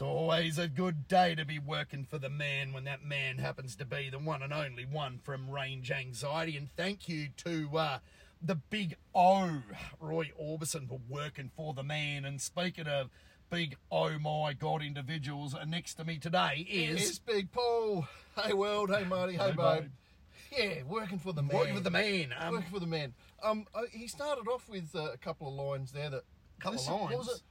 always a good day to be working for the man when that man happens to be the one and only one from Range Anxiety. And thank you to uh, the big O, Roy Orbison, for working for the man. And speaking of big oh my god individuals, and next to me today is. It's Big Paul. Hey, world. Hey, Marty. Hey, Hey, babe. babe. Yeah, working for the man. Working for the man. Um, working for the man. Um, uh, he started off with uh, a couple of lines there that. Couple of Listen, what lines? was it?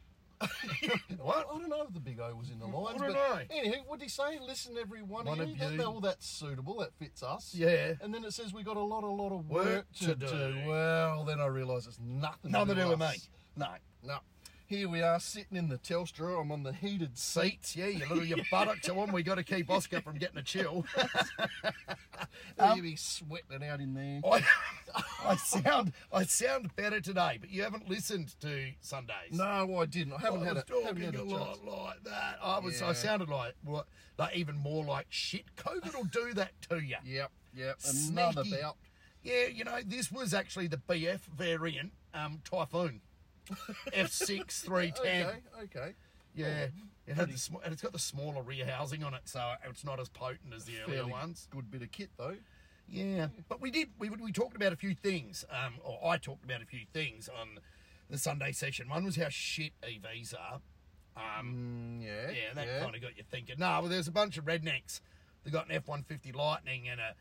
what? I don't know if the big O was in the lines, don't but know. anywho, what did he say? Listen, every one, One of of you. That- you. that- well, that's suitable. That fits us. Yeah. And then it says we got a lot, a lot of work, Work to, to do. do. Well, then I realise it's nothing. Nothing to do with me. us. No. No. Here we are sitting in the Telstra. I'm on the heated seat. Seats, yeah, you little your buttocks are one we got to keep Oscar from getting a chill. you be sweating out in there. Um, I, I sound I sound better today, but you haven't listened to Sundays. No, I didn't. I I haven't was had a, haven't talking had a a chance. lot like that. I was Yeah. I sounded like what like even more like shit. COVID will do that to you. Yep, yep. Another Sneaky. bout. Yeah, you know, this was actually the BF variant, um, Typhoon. F6 310. Okay, Oh. okay. Yeah. It had the sm- and it's got the smaller rear housing on it, so it's not as potent as the earlier Fairly ones. Good bit of kit though. Yeah, but we did. We we talked about a few things, um, or I talked about a few things on the Sunday session. One was how shit EVs are. Um, Mm, yeah. yeah, that kind of got you thinking. No, well, there's a bunch of rednecks. They got an F one fifty Lightning and a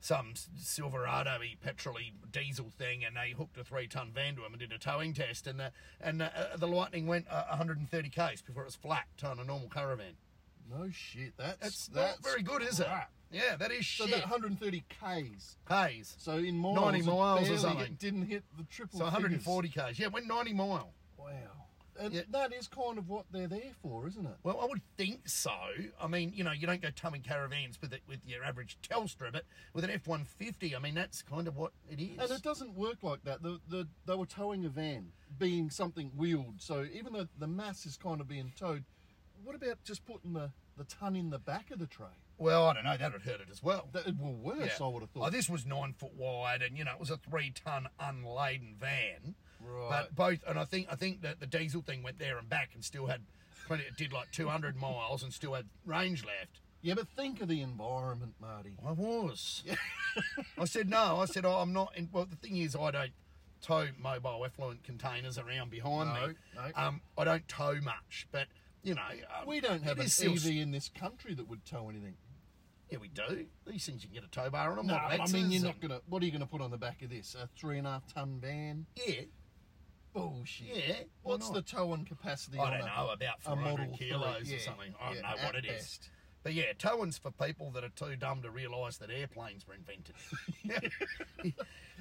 some s- Silverado petrol diesel thing, and they hooked a three ton van to him and did a towing test, and the and the, the Lightning went uh, 130 k's before it was flat on a normal caravan. No shit. That's That's, that's not very good, is it? crap. Yeah, that is So shit. that 130 k's. k's. So in miles, 90 it miles or barely- something. It didn't hit the triple. So figures. 140 k's. Yeah, went 90 mile. Wow. And Yeah. that is kind of what they're there for, isn't it? Well, I would think so. I mean, you know, you don't go tumming caravans with it with your average Telstra, but with an F one fifty, I mean, that's kind of what it is. And it doesn't work like that. The, the, they were towing a van, being something wheeled. So even though the mass is kind of being towed, what about just putting the, the ton in the back of the tray? well, I don't know. That would hurt it as well. That it were worse, Yeah. I would have Oh, thought. this was nine foot wide, and you know, it was a three ton unladen van. Right. But both, and I think I think that the diesel thing went there and back, and still had plenty. It did like two hundred miles, and still had range left. yeah, but think of the environment, Marty. I was. I said no. I said oh, I'm not. In, well, the thing is, I don't tow mobile effluent containers around behind No, me. no. Um, I don't tow much, but you know, um, We don't have it an is EV still- in this country that would tow anything. Yeah, we do. These things you can get a tow bar on them. No, or I mean Lexus you're not and- gonna. What are you gonna put on the back of this? A three and a half ton van? Yeah, Bullshit. yeah. why What's not? the towing capacity? I don't on a- know, about a 400 model kilos three? or Yeah, something. I don't yeah, know what at it is. best. But yeah, towing's for people that are too dumb to realise that airplanes were invented.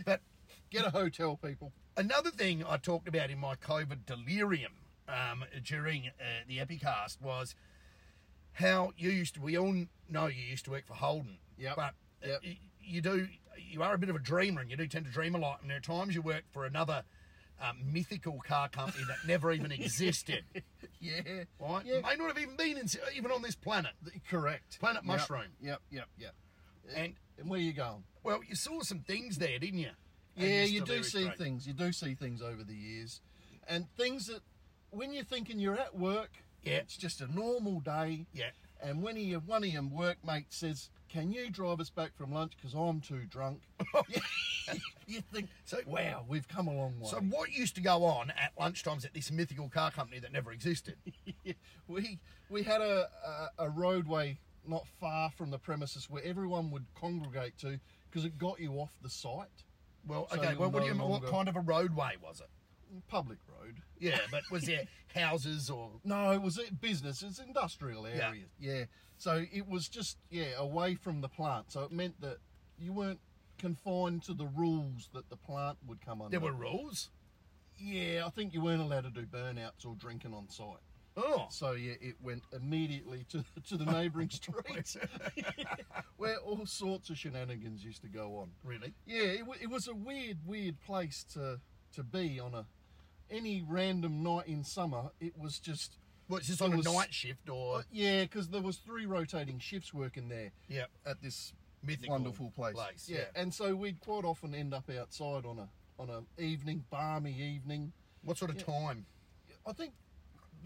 but Get a hotel, people. Another thing I talked about in my COVID delirium um, during uh, the Epicast was how you used to, we all know you used to work for Holden. Yep, But uh, yep. y- you do, you are a bit of a dreamer and you do tend to dream a lot. And there are times you work for another uh, mythical car company that never even existed. Yeah. Right? Yeah. May not have even been in, even on this planet. Correct. Planet Yep, Mushroom. Yep, yep, yep. And, And where you going? well, you saw some things there, didn't you? And Yeah, your you do delirious see dream. things. You do see things over the years, and things that when you're thinking you're at work, Yeah. it's just a normal day. Yeah. And when your one of your workmates says, "Can you drive us back from lunch? Because I'm too drunk." you think, So, "Wow, we've come a long way." So what used to go on at lunchtimes at this mythical car company that never existed? we we had a, a a roadway not far from the premises where everyone would congregate to because it got you off the site. Well, So okay. Well, what do you no what longer- kind of a roadway was it? Public road. Yeah, but was there houses or No, it was a business. It's industrial Yeah. area. Yeah. So it was just yeah away from the plant. So it meant that you weren't confined to the rules that the plant would come under. there were rules? yeah, I think you weren't allowed to do burnouts or drinking on site. Oh, So yeah, it went immediately to to the neighbouring streets, where all sorts of shenanigans used to go on. really? Yeah, it, w- it was a weird, weird place to to be on a any random night in summer. It was just Well, it's just There on was- a night shift or But yeah, because there was three rotating shifts working there yeah, at this Mythical wonderful place. place, yeah. yeah. and so we'd quite often end up outside on a on a evening, balmy evening. what sort of Yeah. time? I think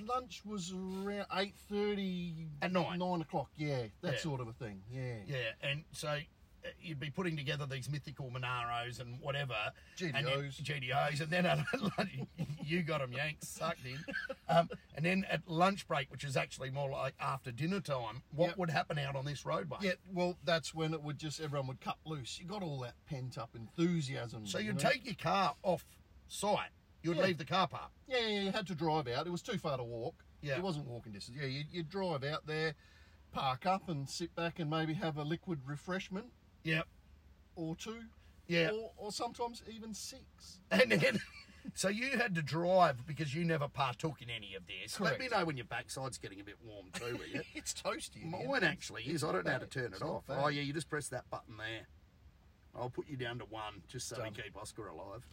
lunch was around eight thirty At night. nine o'clock. Yeah, that Yeah. sort of a thing. Yeah. Yeah, and so uh, you'd be putting together these mythical Monaros and whatever. And then, GDOs. GDOs. And then at lunch, you got them, Yanks, sucked in. Um, and then at lunch break, which is actually more like after dinner time, what Yep. would happen out on this roadway? Yeah, well, that's when it would just everyone would cut loose. You got all that pent up enthusiasm. So you you'd know? take your car off site, you'd Yeah. leave the car park. Yeah, yeah, you had to drive out. It was too far to walk. Yeah. It wasn't walking distance. Yeah, you you'd drive out there, park up, and sit back and maybe have a liquid refreshment Yep. or two. Yeah. Or, or sometimes even six. And then, so you had to drive because you never partook in any of this. Let me Correct. know when your backside's getting a bit warm too, will you? It's toasty. in here. Mine actually is. I don't know how to turn It's it not off. bad. Oh yeah, you just press that button there. I'll put you down to one just so Done. we keep Oscar alive.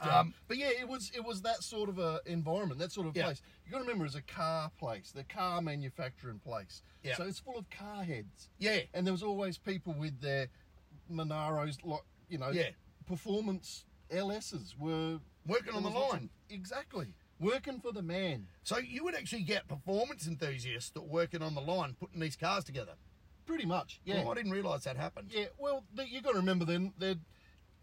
Um, but yeah, it was it was that sort of a environment, that sort of Yeah. place. You got to remember, it's a car place, the car manufacturing place. Yeah. So it's full of car heads, yeah, and there was always people with their Monaros, like you know, Yeah. performance LSs were working on the was watching- line. exactly, working for the man. So you would actually get performance enthusiasts that working on the line, putting these cars together. Pretty much, yeah, Yeah, I didn't realise that happened. yeah. Well, the, you got to remember then they're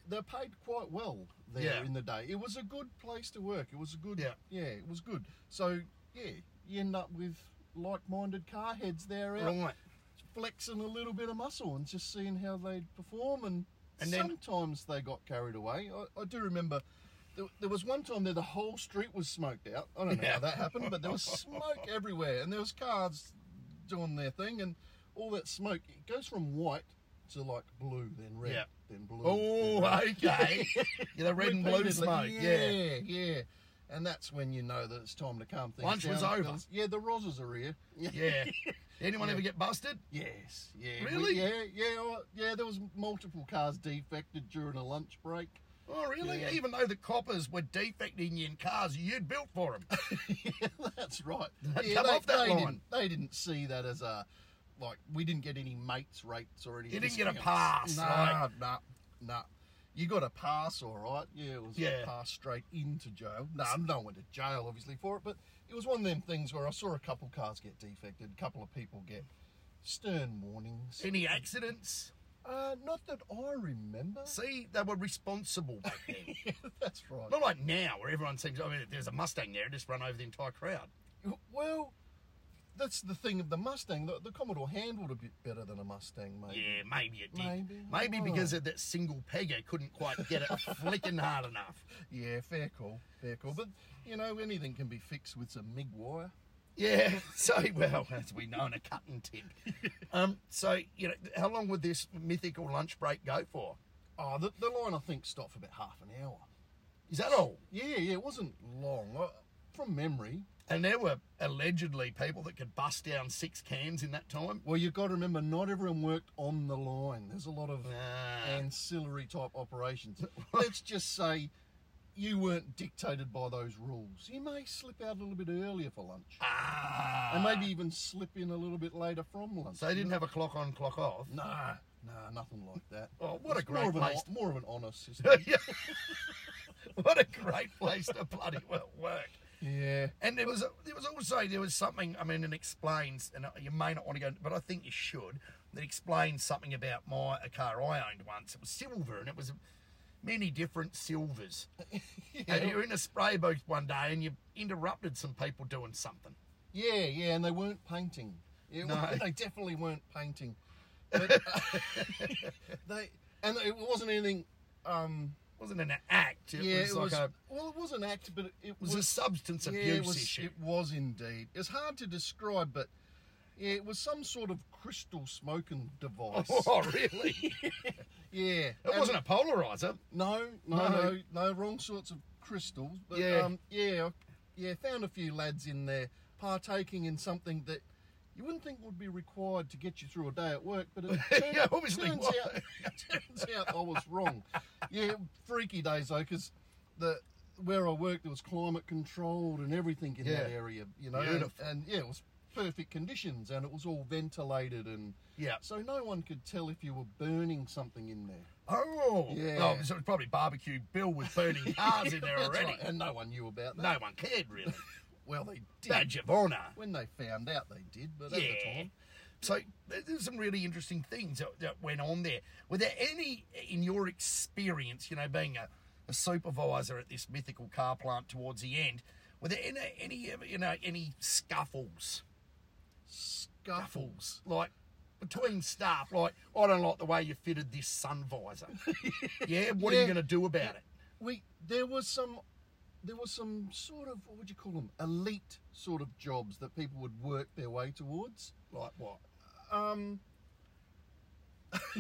they're paid quite well there Yeah. in the day. It was a good place to work. It was a good, Yeah. it was good. So yeah, you end up with like-minded car heads there out Right. flexing a little bit of muscle and just seeing how they'd perform. And, And then- sometimes they got carried away. I, I do remember. There, there was one time there the whole street was smoked out. I don't know Yeah. how that happened, but there was smoke everywhere, and there was cars doing their thing, and all that smoke it goes from white to like blue, then red, Yeah. then blue. Oh, then red. okay. yeah, the red and blue Repeatedly. smoke. Yeah. yeah, yeah. And that's when you know that it's time to calm things Lunch down. was over. Yeah, the Rosas are here. Yeah. Anyone ever get busted? Yes. Yeah. Really? We, yeah. Yeah. oh, Yeah. There was multiple cars defected during a lunch break. Oh, really? Yeah. Even though the coppers were defecting in cars you'd built for them. yeah, that's right. Don't yeah, come off that they line. Didn't, they didn't see that as a like we didn't get any mates rates or anything. didn't get a else. pass, Nah, like- nah, nah. You got a pass, all right. Yeah, it was Yeah. a pass straight into jail. No, I'm not went to jail obviously for it, but it was one of them things where I saw a couple cars get defected, a couple of people get stern warnings. Any accidents? Uh, not that I remember. See, they were responsible back then. that's right. Not like now, where everyone seems. I mean, there's a Mustang there, it just run over the entire crowd. Well, that's the thing of the Mustang. The, the Commodore handled a bit better than a Mustang, maybe. Yeah, maybe it did. Maybe. Maybe Oh. because of that single pegger couldn't quite get it flicking hard enough. Yeah, fair call, fair call. But you know, anything can be fixed with some MIG wire. Yeah. So well, as we know, in a cut and tip. Um. So you know, how long would this mythical lunch break go for? Oh, the, the line I think stopped for about half an hour. Is that all? Yeah, yeah, it wasn't long. I, from memory. And there were allegedly people that could bust down six cans in that time. Well, you've got to remember, not everyone worked on the line. There's a lot of Ah, ancillary type operations. Let's just say you weren't dictated by those rules. You may slip out a little bit earlier for lunch. ah. and maybe even slip in a little bit later from lunch. So they didn't have a clock on, clock off. Nah, nah, nothing like that. Oh, what a It's great more of an, place! hon- more of an honor system. to- Yeah. what a great place to bloody well work. yeah, And there was there was also there was something I mean it explains and uh, you may not want to go but I think you should that explains something about my a car I owned once it was silver and it was many different silvers and yeah, you're in a spray booth one day and you interrupted some people doing something yeah, yeah. And they weren't painting. It No. wa- they definitely weren't painting. But, uh, they and it wasn't anything. Um, it wasn't an act it yeah, was it like was. a well, it was an act, but it it was a substance abuse yeah, it was, issue It was indeed. It's hard to describe, but yeah, it was some sort of crystal smoking device. oh really it Yeah, And- wasn't a polarizer No, no, No. no, no, wrong sorts of crystals. But Yeah. um, yeah, I- yeah. Found a few lads in there partaking in something that you wouldn't think would be required to get you through a day at work, but it turned, Yeah, obviously turns was. out turns out I was wrong. Yeah, freaky days though, because the where I worked it was climate controlled and everything in that Yeah. area. You know, and, Beautiful. and yeah, it was perfect conditions and it was all ventilated and yeah so no one could tell if you were burning something in there. oh Yeah. oh, so it was probably barbecue Bill with burning cars in there That's already right, And no one knew about that. no one cared really. Well, they did. Badge of honour. When they found out, they did, but at the time. So there- there's some really interesting things that, that went on there. Were there any, in your experience, you know, being a, a supervisor at this mythical car plant towards the end, were there any, any you know, any scuffles, Scuffles. like between staff, like I don't like the way you fitted this sun visor. yeah, what are you Yeah. going to do about it? We there was some there was some sort of what would you call them? Elite sort of jobs that people would work their way towards. Like what? Um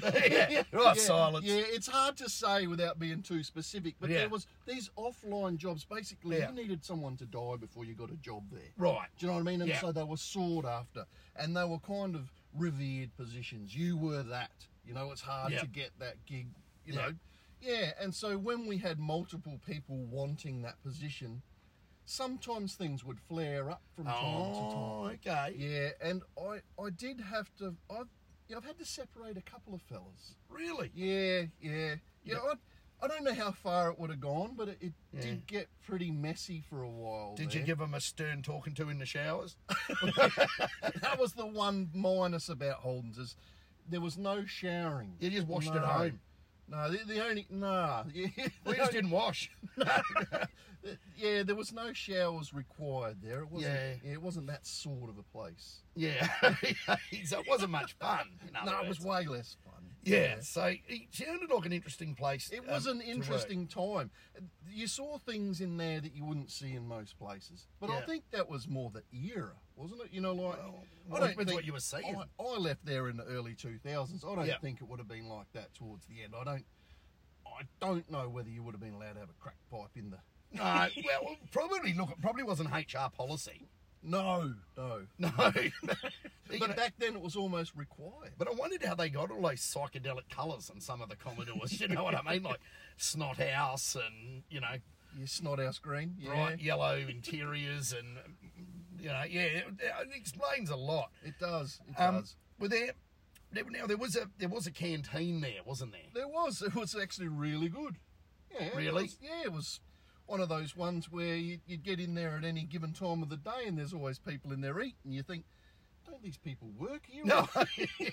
yeah, right, silence. Yeah, it's hard to say without being too specific, but Yeah. there was these offline jobs. Basically, Yeah. you needed someone to die before you got a job there. Right. Do you know what I mean? And Yeah. so they were sought after, and they were kind of revered positions. You were that. You know, it's hard Yeah. to get that gig. You Yeah. know, yeah. And so when we had multiple people wanting that position, sometimes things would flare up from time to time. Oh, okay. Yeah, and I I did have to. I've yeah, I've had to separate a couple of fellas. Really? Yeah, yeah. Yeah. You know, I, I don't know how far it would have gone, but it, it Yeah. did get pretty messy for a while. Did you there. give him a stern talking to in the showers? that was the one minus about Holden's is there was no showering. You just washed at No. home. No, the, the only nah. Yeah, We just didn't wash. yeah, there was no showers required there. It wasn't. Yeah. it wasn't that sort of a place. Yeah, so it wasn't much fun. in other no, it was words. way less fun. Yeah, so it sounded like an interesting place. It um, was an to work. interesting time. You saw things in there that you wouldn't see in most places. But I Yeah. think that was more the era, wasn't it? You know, like Well, I well, don't depends think what you were seeing. I, I left there in the early two thousands. I don't Yeah. think it would have been like that towards the end. I don't. I don't know whether you would have been allowed to have a crack pipe in the. No, well, probably look, it probably wasn't HR policy. No, no. No, But but, back then it was almost required. but I wondered how they got all those psychedelic colours in some of the Commodores. You know what I mean, like snot house and you know Your snot house green, yeah. bright yellow interiors and you know yeah, it, it explains a lot. It does. It Um, does. were there? Now there was a there was a canteen there, wasn't there? There was. It was actually really good. Yeah. it Really? was- yeah, it was one of those ones where you, you'd get in there at any given time of the day and there's always people in there eating. You think, don't these people work here? No.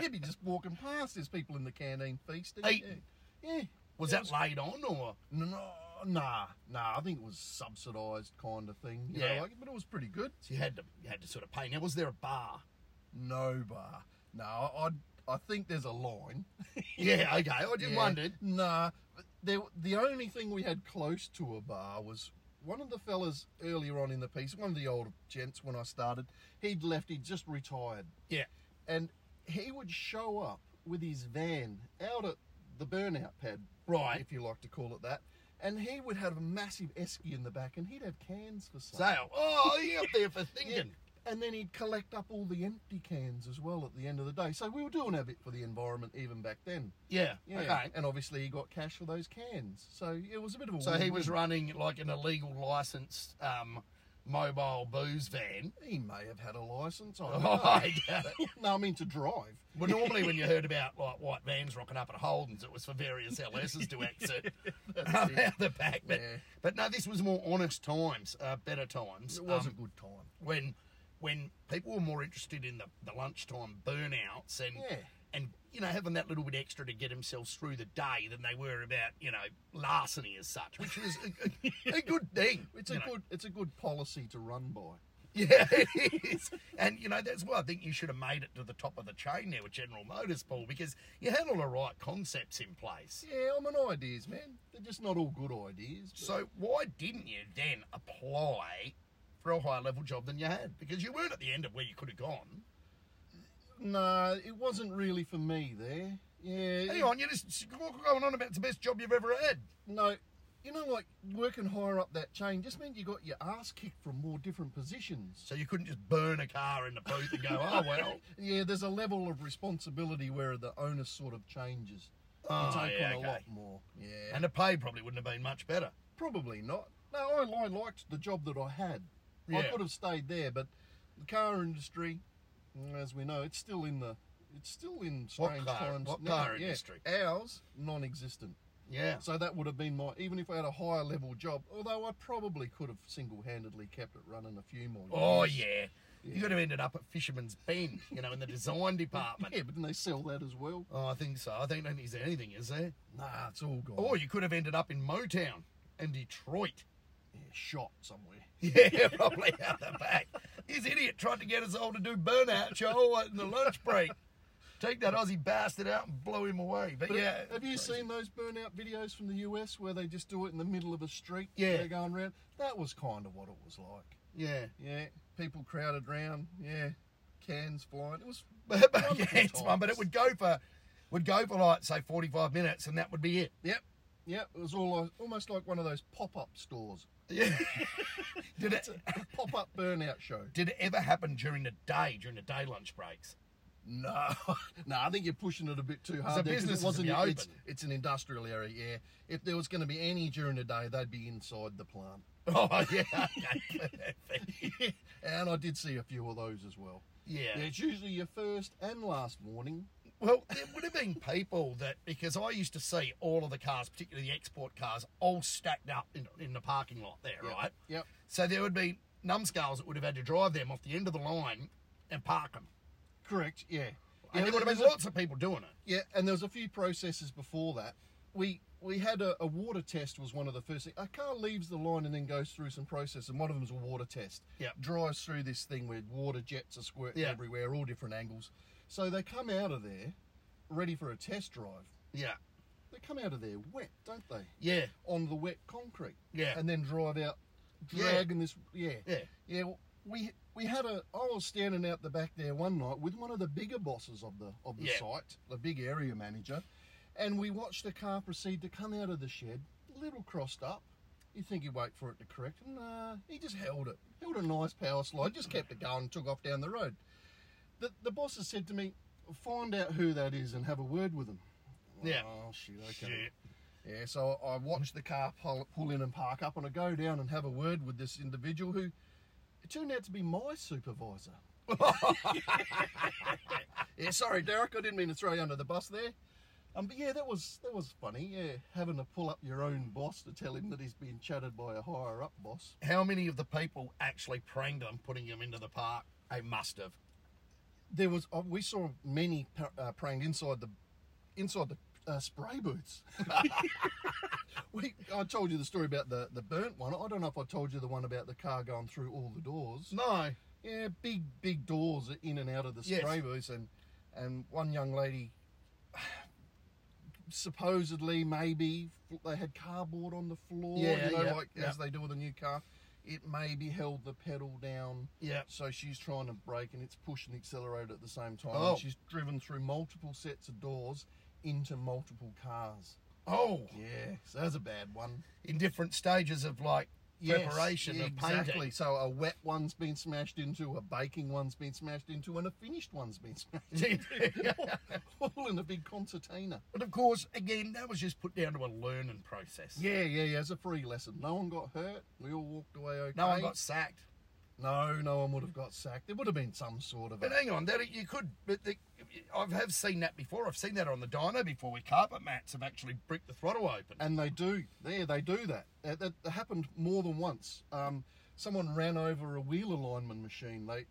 You'd be just walking past. There's people in the canteen feasting. Eating. Yeah. yeah. Was It that laid on or? No, no, nah, nah. I think it was subsidised kind of thing. You Yeah. Know, like, but it was pretty good. So you had to you had to sort of pay. Now was there a bar? No bar. No, I, I, I think there's a line. Yeah, okay. I just Yeah. wondered. Nah, but there, the only thing we had close to a bar was one of the fellas earlier on in the piece, one of the old gents when I started, he'd left, he'd just retired. Yeah. And he would show up with his van out at the burnout pad, Right. if you like to call it that, and he would have a massive esky in the back and he'd have cans for sale. So oh you up there for Yeah, thinking. And then he'd collect up all the empty cans as well at the end of the day. So we were doing our bit for the environment even back then. Yeah. Yeah. Okay. And obviously he got cash for those cans. So it was a bit of a So he was win-win. running like an illegal licensed um, mobile booze van. He may have had a license. I don't know. Oh, I doubt it. no, I mean to drive. Well, normally when you heard about like white vans rocking up at Holden's, it was for various LSs to exit out the back. But, Yeah. but no, this was more honest times, uh, better times. It was um, a good time. when when people were more interested in the, the lunchtime burnouts and Yeah. and you know having that little bit extra to get themselves through the day than they were about you know larceny as such, which was a, a, a good thing. It's you a know. good it's a good policy to run by. yeah, it is. And you know that's why I think you should have made it to the top of the chain there with General Motors, Paul, because you had all the right concepts in place. Yeah, I'm an ideas man. They're just not all good ideas. but- So why didn't you then apply for a higher level job than you had? Because you weren't at the end of where you could have gone. no, it wasn't really for me there. Yeah. Hang on, you're just going on about the best job you've ever had. No, you know, like working higher up that chain just meant you got your ass kicked from more different positions. So you couldn't just burn a car in the booth and go, oh, well. Yeah, there's a level of responsibility where the onus sort of changes. You Oh, take yeah, on a okay. lot more. Yeah. And the pay probably wouldn't have been much better. probably not. No, I, I liked the job that I had. I Yeah. could have stayed there, but the car industry, mm, as we know, it's still in the it's still in What strange car- times. what now. car Yeah, industry? Ours non existent. Yeah. So that would have been my, even if I had a higher level job, although I probably could have single handedly kept it running a few more years. Oh yeah. You could have ended up at Fisherman's Bend, you know, in the design department. Yeah, but didn't they sell that as well? Oh, I think so. I think don't think there's anything, is there? Nah, it's all gone. Or you could have ended up in Motown and Detroit. yeah, shot somewhere. Yeah, probably out the back. This idiot tried to get us all to do burnout show in the lunch break. Take that Aussie bastard out and blow him away. But, But yeah, have you seen those burnout videos from the US where they just do it in the middle of a street? Yeah. They're going round. That was kind of what it was like. Yeah. Yeah, people crowded round. Yeah, cans flying. It was. But, but wonderful yeah, it's one, but it times. would go for would go for like say forty five minutes, and that would be it. Yep, yep. It was all like, almost like one of those pop-up stores. Yeah. did it pop-up burnout show. did it ever happen during the day during the day lunch breaks? No, no, I think you're pushing it a bit too hard. So there 'cause it businesses wasn't- would be It's, open. it's an industrial area. Yeah, if there was going to be any during the day, they'd be inside the plant. Oh yeah, okay, perfect. and I did see a few of those as well. Yeah, yeah. it's usually your first and last warning. Well, there would have been people that because I used to see all of the cars, particularly the export cars, all stacked up in, in the parking lot there, Yep, right? Yep. So there would be numbskulls that would have had to drive them off the end of the line and park them, Correct. Yeah. and yeah, there would have there's been a- lots of people doing it. Yeah, and there was a few processes before that. We we had a, a water test was one of the first things. A car leaves the line and then goes through some process, and one of them's a water test. Yep. Drives through this thing where water jets are squirting Yeah. everywhere, all different angles. So they come out of there ready for a test drive. Yeah, They come out of there wet, don't they? yeah, On the wet concrete. Yeah. And then drive out, Yeah. dragging this. Yeah. yeah. Yeah. well, We we had a. I was standing out the back there one night with one of the bigger bosses of the of the Yeah. site, the big area manager, and we watched the car proceed to come out of the shed, a little crossed up. You think he'd wait for it to correct? Nah, he just held it, held a nice power slide, just kept it going, took off down the road. The the boss has said to me, "Find out who that is and have a word with him." Yeah. Oh shit. Okay. Shit. Yeah, so I watched the car pull, pull in and park up, and I go down and have a word with this individual who it turned out to be my supervisor. yeah, sorry, Derek, I didn't mean to throw you under the bus there. Um, but yeah, that was that was funny. Yeah, having to pull up your own boss to tell him that he's being chatted by a higher up boss. How many of the people actually pranged them, putting them into the park? They must have. There was uh, we saw many pa- uh, praying inside the inside the uh, spray booths. we, I told you the story about the the burnt one. I don't know if I told you the one about the car going through all the doors. No. Yeah, big big doors in and out of the Yes. spray booths, and and one young lady. Supposedly, maybe f- they had cardboard on the floor, Yeah, you know, yeah, like yeah. as they do with a new car. It maybe held the pedal down Yeah. so she's trying to brake and it's pushing the accelerator at the same time. Oh. And she's driven through multiple sets of doors into multiple cars. Oh, Yeah, so that's a bad one. in different stages of like Yes, preparation yeah, of exactly. painting. So a wet one's been smashed into, a baking one's been smashed into, and a finished one's been smashed into. All in a big concertina. But of course, again, that was just put down to a learning process. Yeah, yeah, yeah. It's a free lesson. No one got hurt. We all walked away okay. No one got sacked. No, no one would have got sacked. There would have been some sort of. But hang on, that you could. But the, I've have seen that before. I've seen that on the dyno before, where carpet mats have actually bricked the throttle open. And they do. There, they do that. That, that, that happened more than once. Um, someone ran over a wheel alignment machine. They,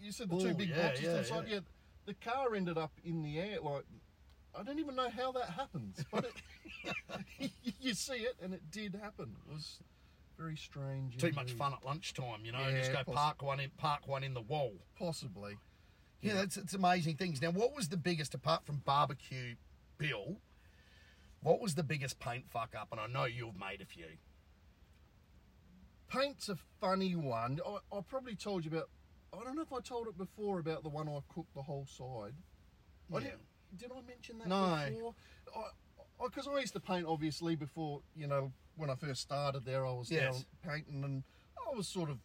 you said the two Oh, big yeah, boxes yeah, to the side. yeah. Yeah. the car ended up in the air. Like, I don't even know how that happens, but it, you see it, and it did happen. It was very strange. Too much indeed. fun at lunchtime, you know. Yeah, just go possible. park one in, park one in the wall. Possibly. Yeah, that's it's amazing things. Now, what was the biggest apart from barbecue, Bill? What was the biggest paint fuck up? And I know you've made a few. Paint's a funny one. I, I probably told you about. I don't know if I told it before about the one I cooked the whole side. I Yeah. didn't, did I mention that No. before? Because I, used to paint, obviously, before, you know, when I first started there, I was Yes. down painting and I was sort of,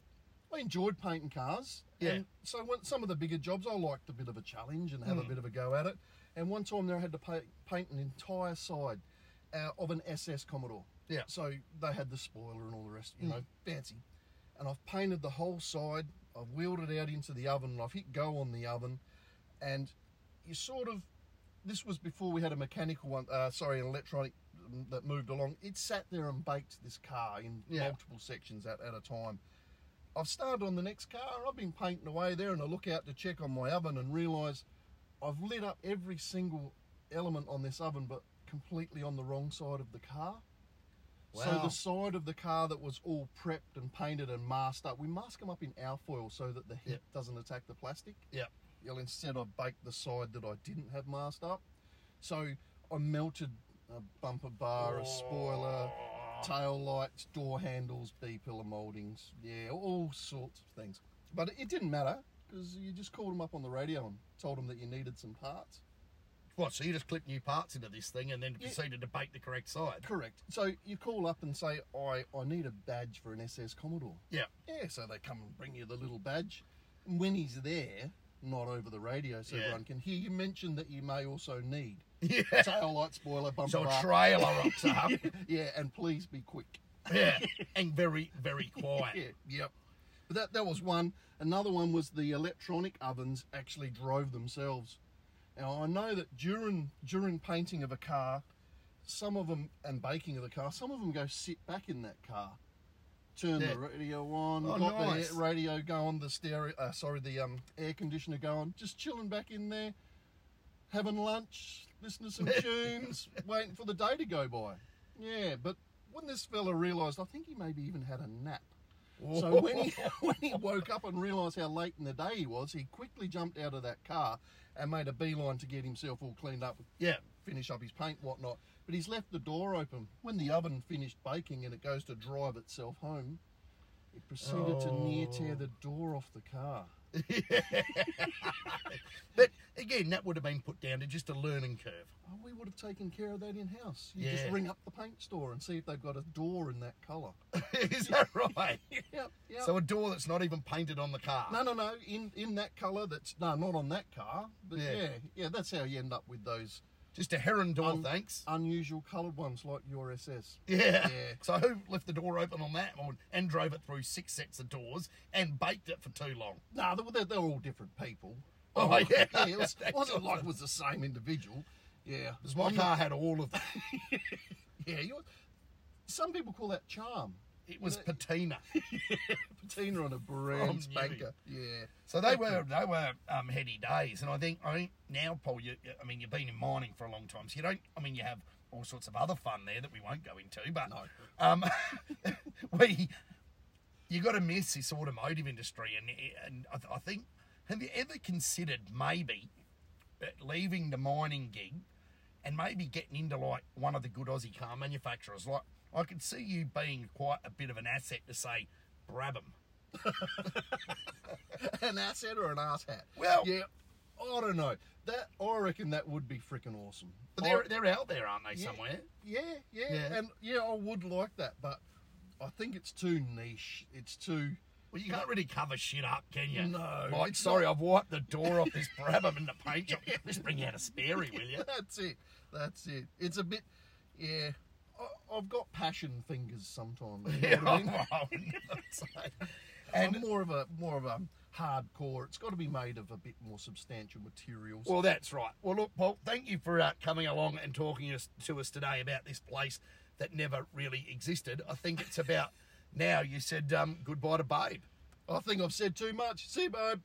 I enjoyed painting cars. Yeah. And so when, some of the bigger jobs, I liked a bit of a challenge and have Hmm. a bit of a go at it. And one time there, I had to paint, paint an entire side uh, of an SS Commodore. Yeah. Hmm. So they had the spoiler and all the rest, you know, fancy. And I've painted the whole side. I've wheeled it out into the oven. And I've hit go on the oven, and you sort of. This was before we had a mechanical one. Uh, sorry, an electronic that moved along, it sat there and baked this car in Yeah. multiple sections at, at a time. I've started on the next car, I've been painting away there, and I look out to check on my oven and realise I've lit up every single element on this oven, but completely on the wrong side of the car. So Wow. the side of the car that was all prepped and painted and masked up, we mask them up in alfoil so that the heat Yep. doesn't attack the plastic. Yep. Well, instead I baked the side that I didn't have masked up. So I melted a bumper bar, a spoiler, Oh. tail lights, door handles, B pillar mouldings, yeah, all sorts of things. But it didn't matter because you just called them up on the radio and told them that you needed some parts. What? So you just clip new parts into this thing and then Yeah. proceeded to bake the correct side? Correct. So you call up and say, I, I need a badge for an SS Commodore. Yeah. Yeah, so they come and bring you the little badge. And when he's there, not over the radio so Yeah. everyone can hear, you mentioned that you may also need Yeah. tail light spoiler bumper So a bar. trailer rocks up. yeah, and please be quick. yeah. And very, very Yeah, quiet. yep. But that, that was one. Another one was the electronic ovens actually drove themselves. Now I know that during during painting of a car, some of them and baking of the car, some of them go sit back in that car, turn Yeah. the radio on, Oh, got nice. the air- radio going, the stereo, uh, sorry, the um, air conditioner going, just chilling back in there, having lunch, listening to some tunes, waiting for the day to go by. Yeah, but when this fella realised, I think he maybe even had a nap. So when he, when he woke up and realised how late in the day he was, he quickly jumped out of that car and made a beeline to get himself all cleaned up, Yeah. finish up his paint, whatnot. But he's left the door open. When the oven finished baking and it goes to drive itself home, it proceeded to near Oh. tear the door off the car. But again, that would have been put down to just a learning curve. Oh, we would have taken care of that in house. You Yeah. just ring up the paint store and see if they've got a door in that colour. Is that right? Yep, yep. So a door that's not even painted on the car. No, no, no. In in that colour. That's no, not on that car. But Yeah. yeah, yeah. that's how you end up with those Just a heron door, Um, thanks. unusual coloured ones like your SS. Yeah. yeah. So who left the door open on that one and drove it through six sets of doors and baked it for too long? No, they were- they're, they're all different people. Oh, yeah. it was, it wasn't like it was the same individual. Yeah, Because my car had all of that. yeah. Yours, some people call that charm. It was Yeah. patina. Patina on a brand From spanker. Yeah. So they were they were um, heady days, and I think I think now, Paul. You, you- I mean, you've been in mining for a long time, so you don't. I mean, you have all sorts of other fun there that we won't go into, but No. um, we you got to miss this automotive industry, and and I, th- I think have you ever considered maybe uh, leaving the mining gig and maybe getting into like one of the good Aussie car manufacturers? Like I could see you being quite a bit of an asset to say Brabham. an asset or an ass hat. Well- yeah. I don't know. That I reckon that would be freaking awesome. But I- they're, they're out there, aren't they, Yeah, somewhere? Yeah, yeah, Yeah. and yeah, I would like that, but I think it's too niche. It's too Well, you can't really cover shit up, can you? No, Like, it's sorry, I've wiped the door off this Brabham in the paint job. Just bring out a sparey, will you? that's it. That's it. It's a bit. Yeah, I, I've got passion fingers sometimes. you know what I mean? and I'm more of a more of a hardcore. It's got to be made of a bit more substantial materials. well, that's right. Well, look, Paul, thank you for uh, coming along and talking us, to us today about this place that never really existed. I think it's about now. You said um, goodbye to Babe. I think I've said too much. See, you, babe.